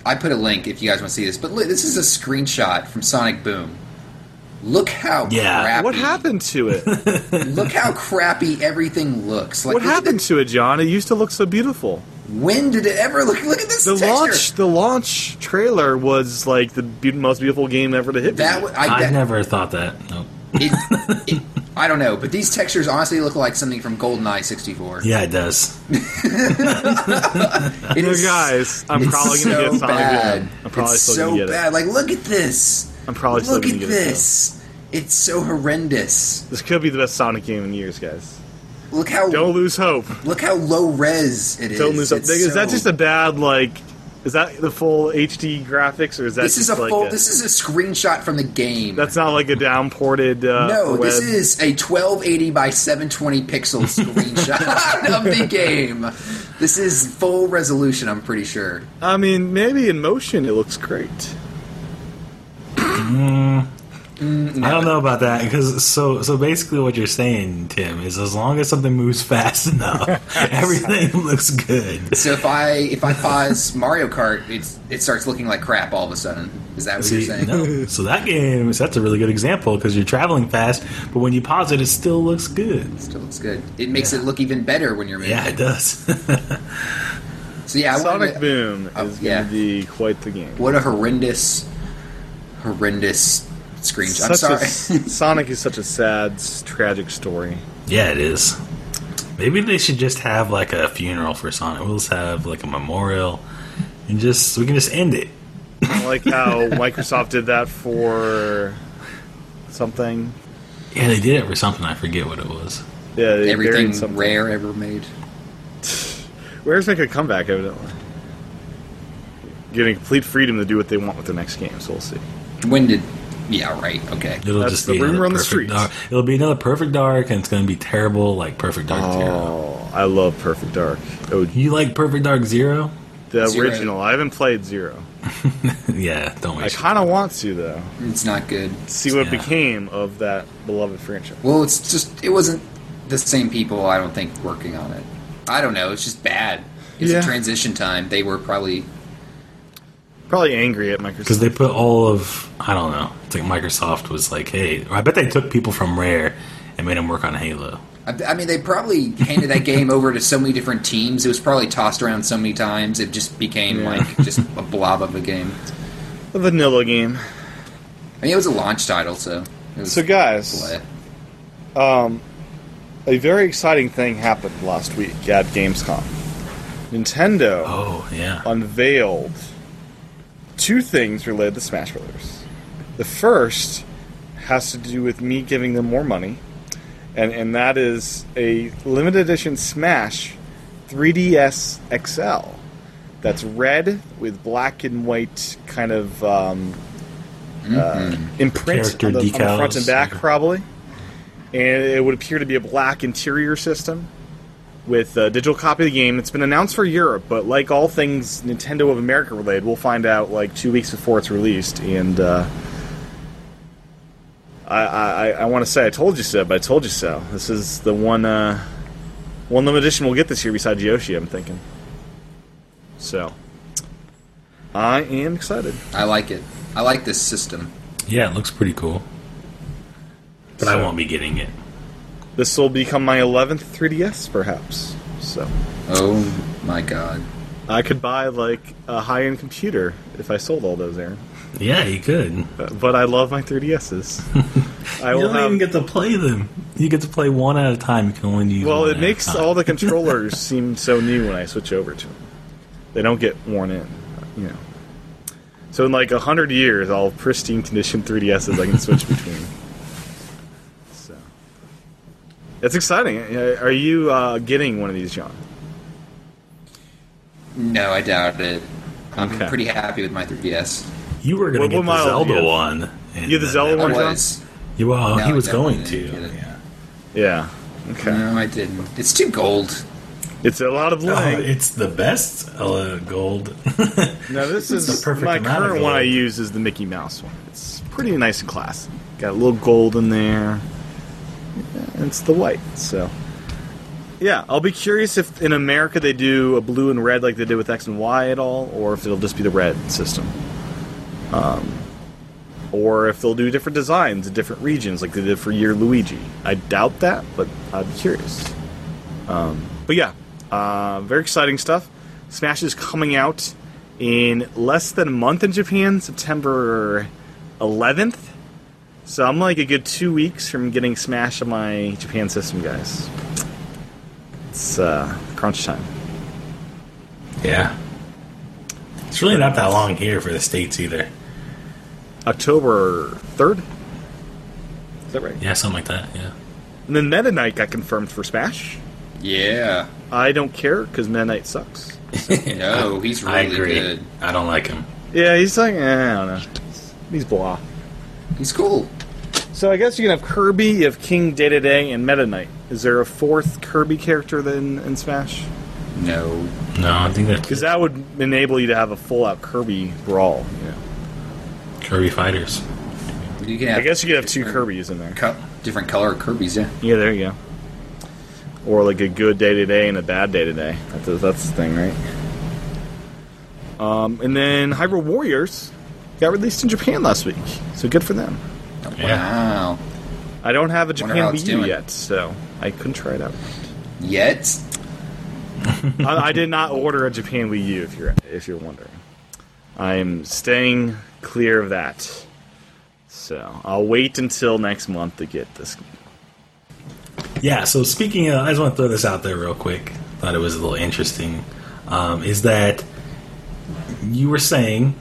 I put a link if you guys want to see this, but li- this is a screenshot from Sonic Boom. Look how Yeah. crappy. What happened to [laughs] it? Look how crappy everything looks. Like what look at happened the- to it, John? It used to look so beautiful. when did it ever look? Look at this The texture. launch, the launch trailer was like the be- most beautiful game ever to hit. That me. wa- I, I've that, never thought that. Nope. it, it, I don't know, but these textures honestly look like something from GoldenEye 64. Yeah, it does. It You is- guys, I'm it's probably so gonna get Sonic bad. Boom. I'm probably it's still so gonna get it. bad. Like, look at this. I'm probably still look gonna at get it, though. this. It's so horrendous. This could be the best Sonic game in years, guys. Look how Don't lose hope. look how low res it is. Don't lose hope. It's Is that so- just a bad like? Is that the full HD graphics, or is that This is just a like full. a- This is a screenshot from the game. That's not like a downported. Uh, no, this web. is a 1280 by [laughs] 720 pixel screenshot of the game. This is full resolution. I'm pretty sure. I mean, maybe in motion it looks great. I don't know about that because so so basically what you're saying, Tim, is as long as something moves [laughs] fast [laughs] enough, everything looks good. So if I if [laughs] I pause Mario Kart, it's it starts looking like crap all of a sudden. Is that what See, you're saying? no. So that game, so that's a really good example because you're traveling fast, but when you pause it, it still looks good. Still looks good. It makes it look even better when you're moving. Yeah, it does. [laughs] So yeah, I Sonic wanted- Boom Oh, is yeah. going to be quite the game. What a horrendous, horrendous screenshot. I'm Such a- sorry. Sonic is such a sad, s- tragic story. Yeah, it is. Maybe they should just have like a funeral for Sonic. We'll just have like a memorial, and just we can just end it. I like [laughs] how Microsoft did that for something. Yeah, they did it for something. I forget what it was. Yeah, they [laughs] Everything buried something. rare ever made. Rare's making a comeback, evidently. Getting complete freedom to do what they want with their next game, so we'll see. When did? Yeah, right. Okay. It'll That's just the be rumor another on the perfect streets. dark. It'll be another perfect dark, and it's gonna be terrible, like Perfect Dark Zero. Oh, I love Perfect Dark. Oh, You like Perfect Dark Zero? the Zero. original. I haven't played Zero. [laughs] yeah, don't I waste. kind of want to though. It's not good. See what Yeah. became of that beloved franchise. Well, it's just it wasn't the same people. I don't think working on it. I don't know. It's just bad. It's Yeah. a transition time. They were probably Probably angry at Because Microsoft. they put all of I don't know. It's like Microsoft was like, hey, I bet they took people from Rare and made them work on Halo. I, I mean, they probably handed that game [laughs] over to so many different teams. It was probably tossed around so many times. It just became Yeah. like just a blob of a game. the vanilla game. I mean, it was a launch title, so. It was So guys, a very exciting thing happened last week at Gamescom. Nintendo Oh yeah, unveiled two things related to Smash Brothers. The first has to do with me giving them more money, and, and that is a limited edition Smash 3DS XL that's red with black and white kind of um, uh, imprint Mm-hmm. Character on the, on the front decals. and back, probably. And it would appear to be a black interior system with a digital copy of the game. It's been announced for Europe, but like all things Nintendo of America related, we'll find out like two weeks before it's released. And uh, I, I, I want to say I told you so, but I told you so. This is the one uh, one limited edition we'll get this year besides Yoshi. I'm thinking. So I am excited. I like it. I like this system. yeah, it looks pretty cool. But I So- won't be getting it. This will become my 11th 3DS, perhaps. So Oh my god. I could buy like a high-end computer if I sold all those, Aaron. Yeah, you could. but I love my [laughs] 3DSs. I You will don't have. even get to play them. You get to play one at a time. You can only use. well, one it at makes a time. all [laughs] the controllers seem so new when I switch over to them. They don't get worn in, you know. So in like a hundred years, all pristine condition 3DSs I can switch between. So it's exciting. Uh, Are you uh, getting one of these, John? No, I doubt it. I'm Okay. pretty happy with my 3DS. You were going What- to get what model the do Zelda you have? one. and You have the then Zelda that- I one? John? was. Yeah, Well, No, he I was definitely going to. didn't get it. Yeah. Yeah. Okay. No, I didn't. It's too gold. It's a lot of Oh, bling. it's the best uh, gold. Now this is the perfect my amount of current one I gold. use is the Mickey Mouse one. It's pretty nice and classy. Got a little gold in there. And it's the white, so yeah, I'll be curious if in America they do a blue and red like they did with X and Y at all, or if it'll just be the red system. Um, or if they'll do different designs in different regions like they did for Year Luigi. I doubt that, but I'd be curious. Um, but yeah, uh, very exciting stuff. Smash is coming out in less than a month in Japan, September 11th. So I'm like a good two weeks from getting Smash on my Japan system, guys. It's uh, crunch time. yeah. It's really not that long here for the states either. October 3rd? Is that right? Yeah, something like that. Yeah. And then Meta Knight got confirmed for Smash. Yeah. I don't care because Meta Knight sucks. No, he's really I agree. good. I don't like him. Yeah, he's like, eh, I don't know. He's blah. He's cool. So I guess you can have Kirby, you have King Day to Day, and Meta Knight. Is there a fourth Kirby character than in Smash? No. No, I think Because that's that would enable you to have a full out Kirby brawl. Kirby Fighters. You can have I guess you could have two Kirby's in there. co- different color Kirby's, yeah. Yeah, there you go. Or like a good day to day and a bad day to day. That's the- that's the thing, right? Um, and then Hyrule Warriors got released in Japan last week, so good for them. Yeah. Wow. I don't have a Wonder Japan how it's Wii U doing. yet, so I couldn't try it out. Yet? I, I did not order a Japan Wii U. If you're if you're wondering, I'm staying clear of that. So I'll wait until next month to get this. Yeah, so speaking of, I just want to throw this out there real quick. Thought it was a little interesting. Um, is that you were saying,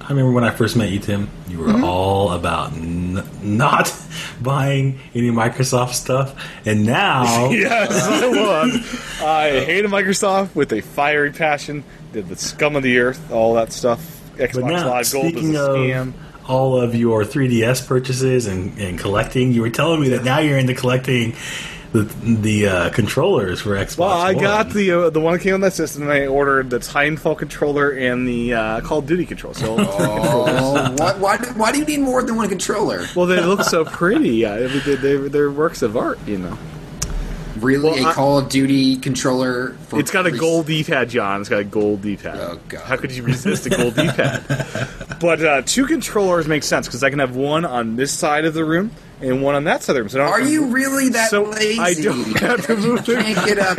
I remember when I first met you, Tim, you Mm-hmm. were all about n- not [laughs] buying any Microsoft stuff. And [laughs] now, Yes, [laughs] I was. I hated Microsoft with a fiery passion. Did the scum of the earth, all that stuff. but Xbox now, Live Gold is a speaking scam. of all of your 3DS purchases and, and collecting, you were telling me that now you're into collecting the, the uh, controllers for Xbox Well, I One. got the uh, the one that came on that system. and I ordered the Titanfall controller and the uh, Call of Duty controller. So, [laughs] [laughs] Oh, why, why, do- why do you need more than one controller? well, they look so pretty. Uh, they, they, they're works of art, you know. Really, Well, a I- Call of Duty controller? For It's got a every- gold D-pad, John. It's got a gold D-pad. Oh, God. How could you resist a gold [laughs] D-pad? But uh, two controllers make sense because I can have one on this side of the room and one on that side of the room. So I don't Are have to- you really that so lazy? I don't have to move. the- Can't get up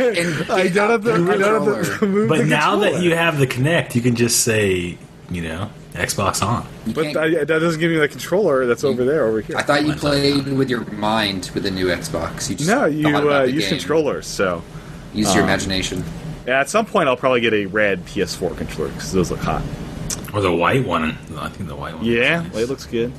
[laughs] and I get don't have up to. the I don't have to controller. move But the now that controller. you have the Connect, you can just say, you know, Xbox on. You But can't- I, that doesn't give me the controller that's over there, over here. I thought you played with your mind with the new Xbox. You just No, you thought about uh, the use game. controllers. So Use your imagination. yeah, at some point, I'll probably get a red PS4 controller because those look hot. Or the white one. I think the white one. Yeah, looks well, it looks good.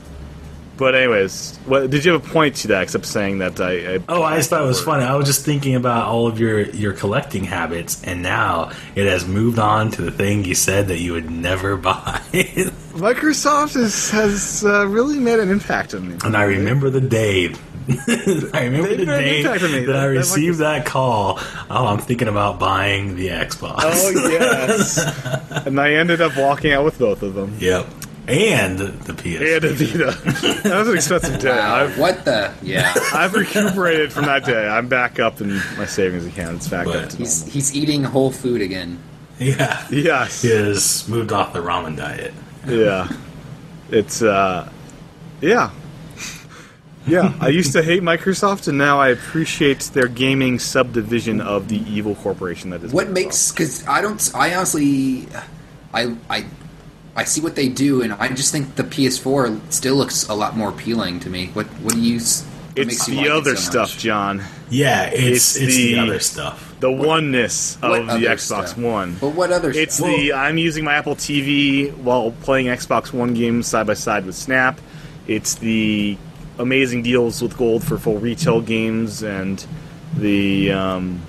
But anyways, what, did you have a point to that? Except saying that I, I Oh, I just thought it was funny. I was just thinking about all of your, your collecting habits, and now it has moved on to the thing you said that you would never [laughs] buy. Microsoft is, has uh, really made an impact on me. and I remember the day. [laughs] I remember They the made an day impact on me. that I That- that received that call. Oh, I'm thinking about buying the Xbox. Oh [laughs] yes, and I ended up walking out with both of them. Yep. And the PS. And a Vita. that was an expensive day. Wow, I've, what the? [laughs] Yeah, I've recuperated from that day. I'm back up in my savings account. It's back up But- to he's normal. he's eating whole food again. yeah. Yes. Is moved off the ramen diet. yeah it's uh yeah yeah i used to hate microsoft and now i appreciate their gaming subdivision of the evil corporation that is What Microsoft. makes? Because I don't. I honestly, I I I see what they do, and I just think the PS4 still looks a lot more appealing to me. What What do you? s- What it's makes you the like it other so stuff much? john Yeah, it's It's it's, the, the- other stuff. the oneness What of the other xbox stuff? one But what other? it's stuff? the i'm using my apple tv while playing xbox one games side by side with snap it's the amazing deals with gold for full retail games and the um,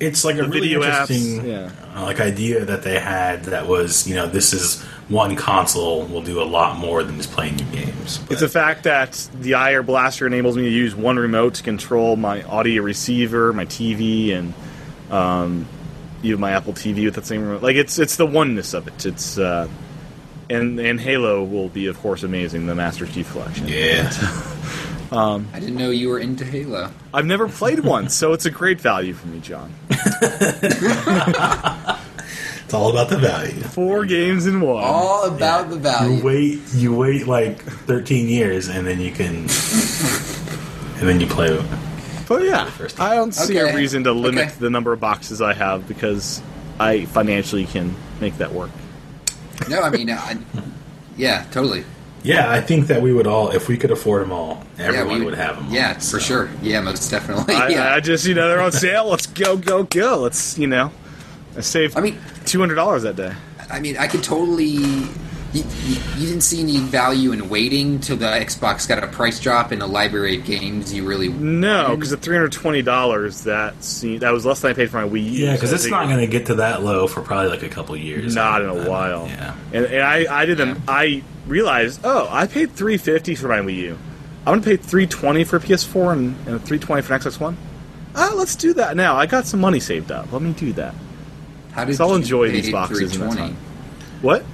It's like a The really video apps, interesting yeah. uh, like idea that they had that was you know this is one console will do a lot more than just playing new games. It's the fact that the IR blaster enables me to use one remote to control my audio receiver, my TV, and um, even my Apple TV with that same remote. Like it's it's the oneness of it. It's uh, and and Halo will be of course amazing, the Master Chief Collection. yeah, I didn't know you were into Halo. I've never [laughs] played one, so it's a great value for me, John. it's all about the value. Four games in one. All about the You value. [laughs] wait, you wait like thirteen years, and then you can, and then you play. it. But yeah, First time. I don't see a Okay. reason to limit Okay. the number of boxes I have because I financially can make that work. No, I mean, I, yeah, totally. Yeah, I think that we would all, if we could afford them all, Yeah, everyone we would have them. all, Yeah, so. for sure. Yeah, most definitely. I, [laughs] yeah. I just, you know, they're on sale. Let's go, go, go. Let's, you know, I saved. I mean- two hundred dollars that day. I mean, I could totally. You, you, you didn't see any value in waiting till the Xbox got a price drop in the library of games you really. No, because at three hundred twenty dollars, that seemed, that was less than I paid for my Wii U. Yeah, because so I it's think not it- going to get to that low for probably like a couple years. Uh, not in a while. Yeah. and, and I, I didn't. Yeah. I realized, oh, I paid three fifty for my Wii U. I'm gonna pay three twenty for PS4 and, and three twenty for an Xbox One. Ah, let's do that now. I got some money saved up. Let me do that. How did So I'll you enjoy pay these boxes in that 320? time. What?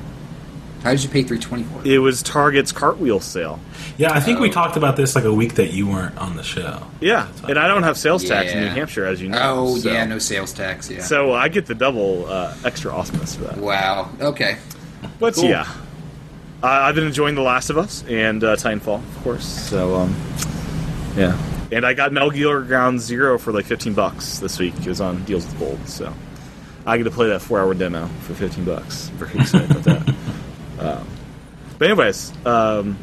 How did you pay three twenty for? it? It was Target's cartwheel sale. Yeah, I think we Oh. talked about this like a week that you weren't on the show. Yeah, and I don't have sales tax in New Yeah. Hampshire, as you know. Oh so- yeah, no sales tax. Yeah. So I get the double uh, extra awesomeness for that. wow. Okay. But Cool. yeah, I I've been enjoying The Last of Us and uh, Titanfall, of course. So um, yeah, and I got Metal Gear Ground Zero for like fifteen bucks this week. It was on Deals with Gold, so I get to play that four-hour demo for fifteen bucks. Very excited about that. Um, but anyways, um,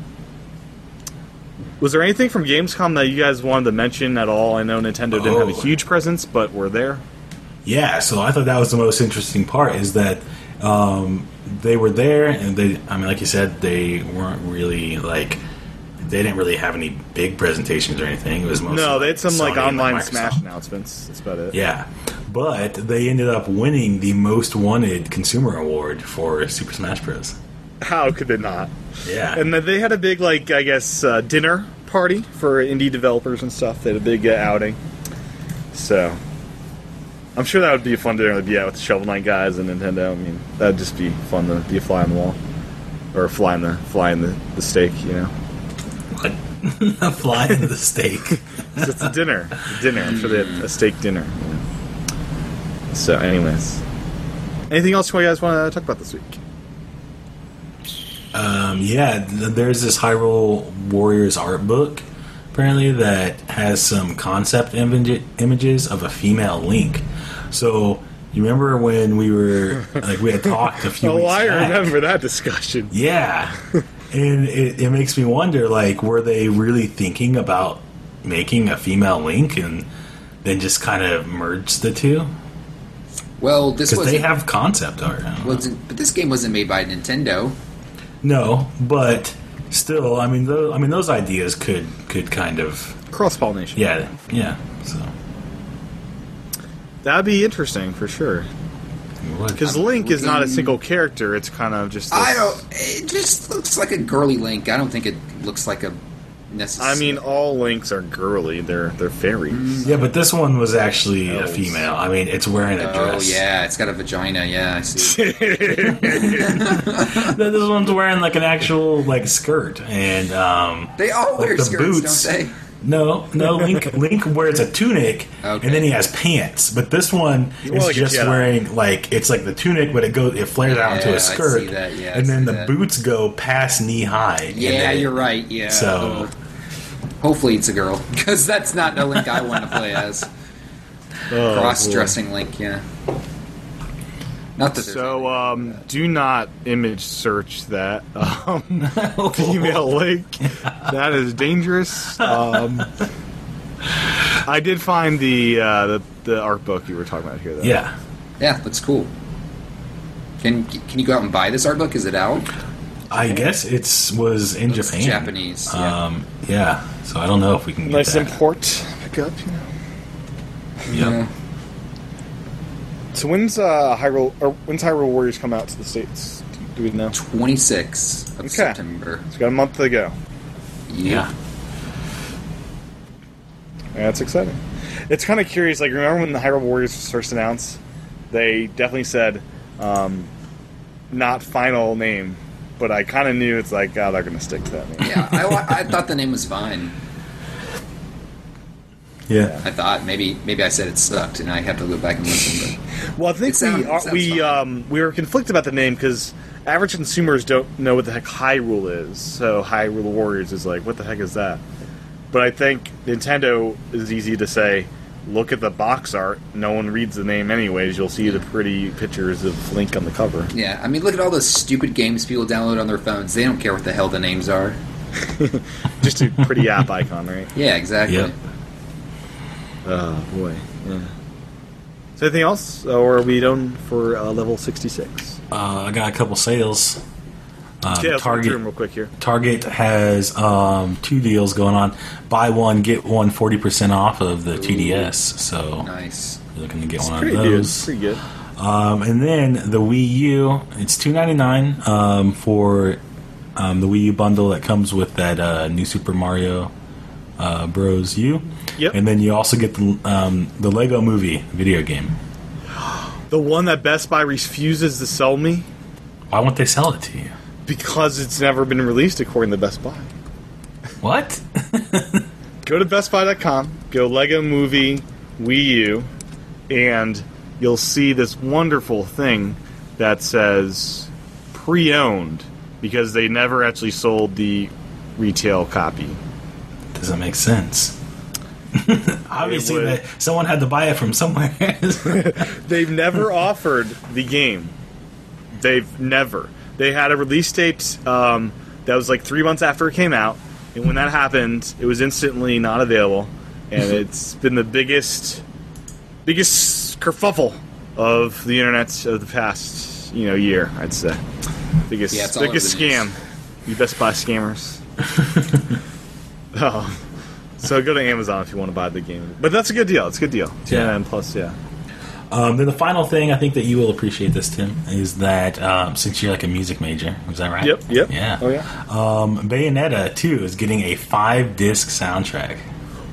Was there anything from Gamescom that you guys wanted to mention at all? I know Nintendo didn't have a Oh. huge presence, but were there. Yeah, so I thought that was the most interesting part is that um, they were there, and they, I mean, like you said, they weren't really like they didn't really have any big presentations or anything. It was mostly No, they had some like Sony and, online Microsoft. Smash announcements. That's about it. Yeah, but they ended up winning the most wanted consumer award for Super Smash Bros. How could they not? Yeah, And then they had a big, like, I guess, uh, dinner party for indie developers and stuff. They had a big uh, outing. So, I'm sure that would be a fun dinner to be at with the Shovel Knight guys and Nintendo. I mean, that'd just be fun to be a fly on the wall. Or a fly in the, fly in the, the steak, you know? [laughs] a fly in the steak. 'Cause [laughs] it's a dinner. It's a dinner. I'm sure they had a steak dinner. you know. So, anyways. Anything else you guys want to talk about this week? Um, yeah, th- there's this Hyrule Warriors art book apparently that has some concept image- images of a female Link. So you remember when we were like we had talked a few. [laughs] Oh, weeks I back? remember that discussion. Yeah, and it, it makes me wonder like were they really thinking about making a female Link and then just kind of merge the two Well, this because was they have concept art. I don't know. wasn't, but this game wasn't made by Nintendo. No, but still, I mean, those, I mean, those ideas could could kind of Cross pollination. Yeah, yeah. So That'd be interesting for sure. Because Link is not a single character; it's kind of just. This, I don't. It just looks like a girly Link. I don't think it looks like a necessary. I mean, all Links are girly; they're they're fairies. yeah, but this one was actually a Elves. female. I mean, it's wearing a oh dress. yeah, it's got a vagina. Yeah, [laughs] I see. No, [laughs] this one's wearing like an actual like skirt, and um, They all wear Like the skirts, boots. don't they? no, no, [laughs] Link Link wears a tunic, Okay. and then he has pants. But this one is like a just Jedi. wearing like it's like the tunic, but it goes it flares out into Yeah, I a skirt, see that, yeah, I and then see the that. boots go past knee high. and Yeah, then- you're right. Yeah. So Hopefully it's a girl, [laughs] because that's not the Link I want to play as. Oh, Cross-dressing Link, yeah. Not that. boy. there's So, anything wrong um, with that. do not image search that um, [laughs] female Link. That is dangerous. Um, I did find the, uh, the the art book you were talking about here. Though. yeah, yeah, that's cool. Can can you go out and buy this art book? Is it out? I guess it's was in Looks Japan. Japanese, yeah. Um, yeah. So I don't know if we can get nice that. import pickup. You know. Yep. Yeah. So when's uh, Hyrule or when's Hyrule Warriors come out to the states? Do we know? 26 of Okay. September. It's got a month to go. Yeah. That's exciting. It's kind of curious. Like, remember when the Hyrule Warriors was first announced? They definitely said, um, not final name, but I kind of knew it's like, God, they're going to stick to that name. Yeah, I, wa- I thought the name was Vine. Yeah. I thought maybe maybe I said it sucked, and I have to go back and listen. Well, I think It sounds- we are, sounds we fine. um, we were conflicted about the name because average consumers don't know what the heck Hyrule is. So Hyrule Warriors is like, what the heck is that? But I think Nintendo is easy to say. Look at the box art. No one reads the name anyways. You'll see the pretty pictures of Link on the cover. But yeah, I mean, look at all those stupid games people download on their phones. They don't care what the hell the names are. Just a pretty [laughs] app icon, right? Yeah, exactly. Yep. Oh boy. Yeah. So anything else, or are we done for uh, level sixty-six? Uh, I got a couple sales. Um, yeah, let's go through 'em Target real quick here. Target has um, two deals going on. Buy one, get one 40% off of the 2DS. So Nice. you're looking to get one Pretty of good. those. Pretty good. Um, and then the Wii U, it's two ninety nine um, for um, the Wii U bundle that comes with that uh, new Super Mario uh, Bros. U. Yep. And then you also get the um, the Lego Movie video game. The one that Best Buy refuses to sell me Why won't they sell it to you? because it's never been released according to Best Buy. What? Go to BestBuy.com. Go Lego Movie Wii U, and you'll see this wonderful thing that says pre-owned because they never actually sold the retail copy. Doesn't make sense. [laughs] Obviously, would. that someone had to buy it from somewhere. They've [laughs] never offered the game. They've never. They had a release date um, that was like three months after it came out, And when that happened, it was instantly not available, [laughs] and it's been the biggest, biggest kerfuffle of the internet of the past you know year. I'd say biggest Yeah, it's all biggest over the scam. news. You Best Buy [laughs] scammers. oh, so go to Amazon if you want to buy the game. But that's a good deal. It's a good deal. Yeah. Yeah, and plus, yeah. [laughs] Um, then the final thing I think that you will appreciate this, Tim, is that um, since you're like a music major, is that right? Yep. Yep. Yeah. Oh yeah. Um, Bayonetta 2 is getting a five disc soundtrack.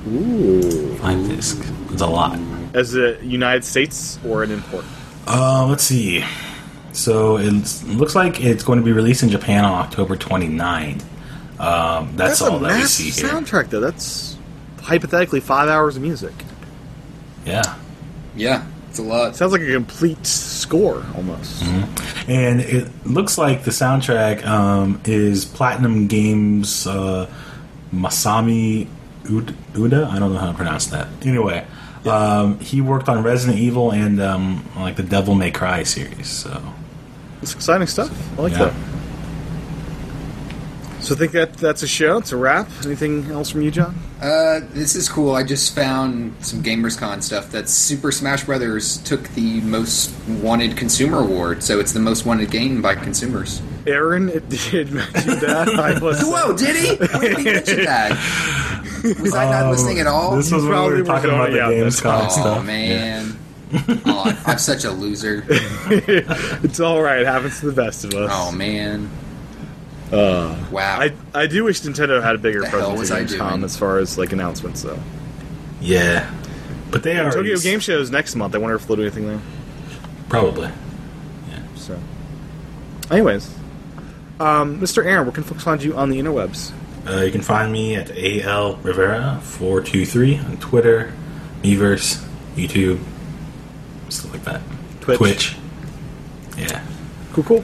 Ooh. Five disc. It's a lot. As a United States or an import. Um, let's see. So it looks like it's going to be released in Japan on October 29th. Um, that's, all a that we massive see here. soundtrack, though. That's hypothetically five hours of music. Yeah. Yeah, it's a lot. Sounds like a complete score almost. Mm-hmm. And it looks like the soundtrack um, is Platinum Games uh, Masami Ud- Uda. I don't know how to pronounce that. Anyway, um, he worked on Resident Evil and um, like the Devil May Cry series. So It's exciting stuff. I like Yeah. that. So I think that that's a show. It's a wrap. Anything else from you, John? Uh, this is cool. I just found some GamersCon stuff that Super Smash Brothers took the most wanted consumer award, so it's the most wanted game by consumers. Aaron it did [laughs] mention that. [laughs] I was Whoa, did [laughs] he? Where did he mention that? Was I not listening at all? Oh, this was when we Oh, probably were were talking about zoning the out this Gamescom oh stuff. man, Aw, I'm such a [laughs] loser. [laughs] It's all right. It happens to the best of us. Oh man. Uh, wow. I, I do wish Nintendo had a bigger The hell presence was at I Gamescom doing? as far as like announcements though. Yeah, but they are Tokyo Game Show is next month. I wonder if they'll do anything there. probably. So, anyways, um, Mr. Aaron, where can folks find you on the interwebs? Uh, you can find me at AL Rivera four two three on Twitter, Meverse, YouTube, stuff like that. Twitch. Twitch. Yeah. Cool, cool.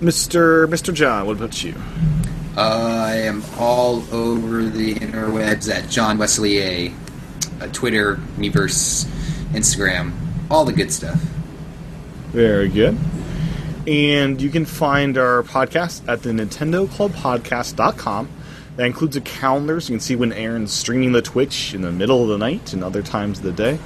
Mr. Mr. John, what about you? I am all over the interwebs at John Wesley A. Uh, Twitter, Meverse, Instagram, all the good stuff. Very good. And you can find our podcast at the Nintendo Club Podcast.com. That includes a calendar so you can see when Aaron's streaming the Twitch in the middle of the night and other times of the day.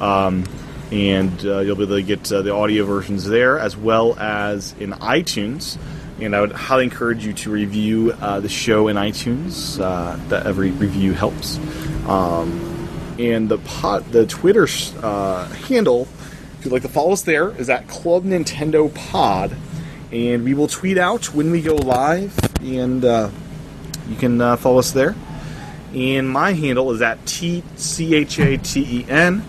Um, and uh, you'll be able to get uh, the audio versions there as well as in iTunes. And I would highly encourage you to review uh, the show in iTunes. Uh, that every review helps. Um, and the pot the Twitter uh, handle if you'd like to follow us there is at Club Nintendo Pod, and we will tweet out when we go live, and uh, you can uh, follow us there. And my handle is at T C H A T E N.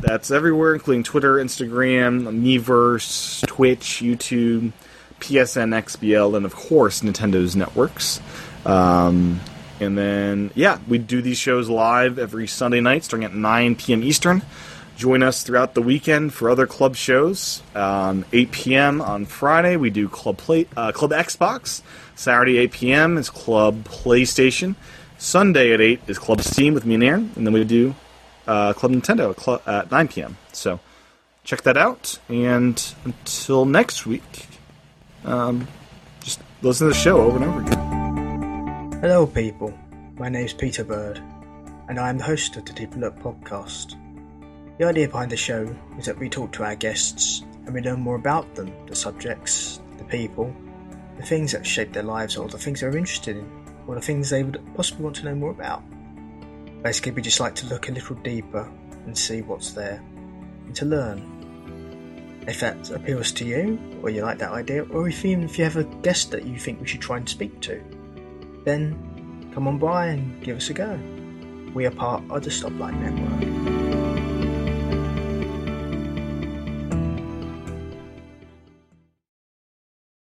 That's everywhere, including Twitter, Instagram, Meverse, Twitch, YouTube, PSN, XBL, and of course Nintendo's networks. Um, and then, yeah, we do these shows live every Sunday night, starting at 9 p.m. Eastern. Join us throughout the weekend for other club shows. Um, 8 p.m. on Friday, we do Club Play, uh, Club Xbox. Saturday 8 p.m. is Club PlayStation. Sunday at 8 is Club Steam with me and Aaron, and then we do uh, Club Nintendo at, cl- at 9 p.m. So check that out. And until next week, um, just listen to the show over and over again. Hello, people. My name's Peter Bird, and I am the host of the Deep Look podcast. The idea behind the show is that we talk to our guests and we learn more about them, the subjects, the people, the things that shape their lives, or the things they're interested in, or the things they would possibly want to know more about. Basically, we just like to look a little deeper and see what's there and to learn. If that appeals to you, or you like that idea, or if even if you have a guest that you think we should try and speak to, then come on by and give us a go. We are part of the Stoplight Network.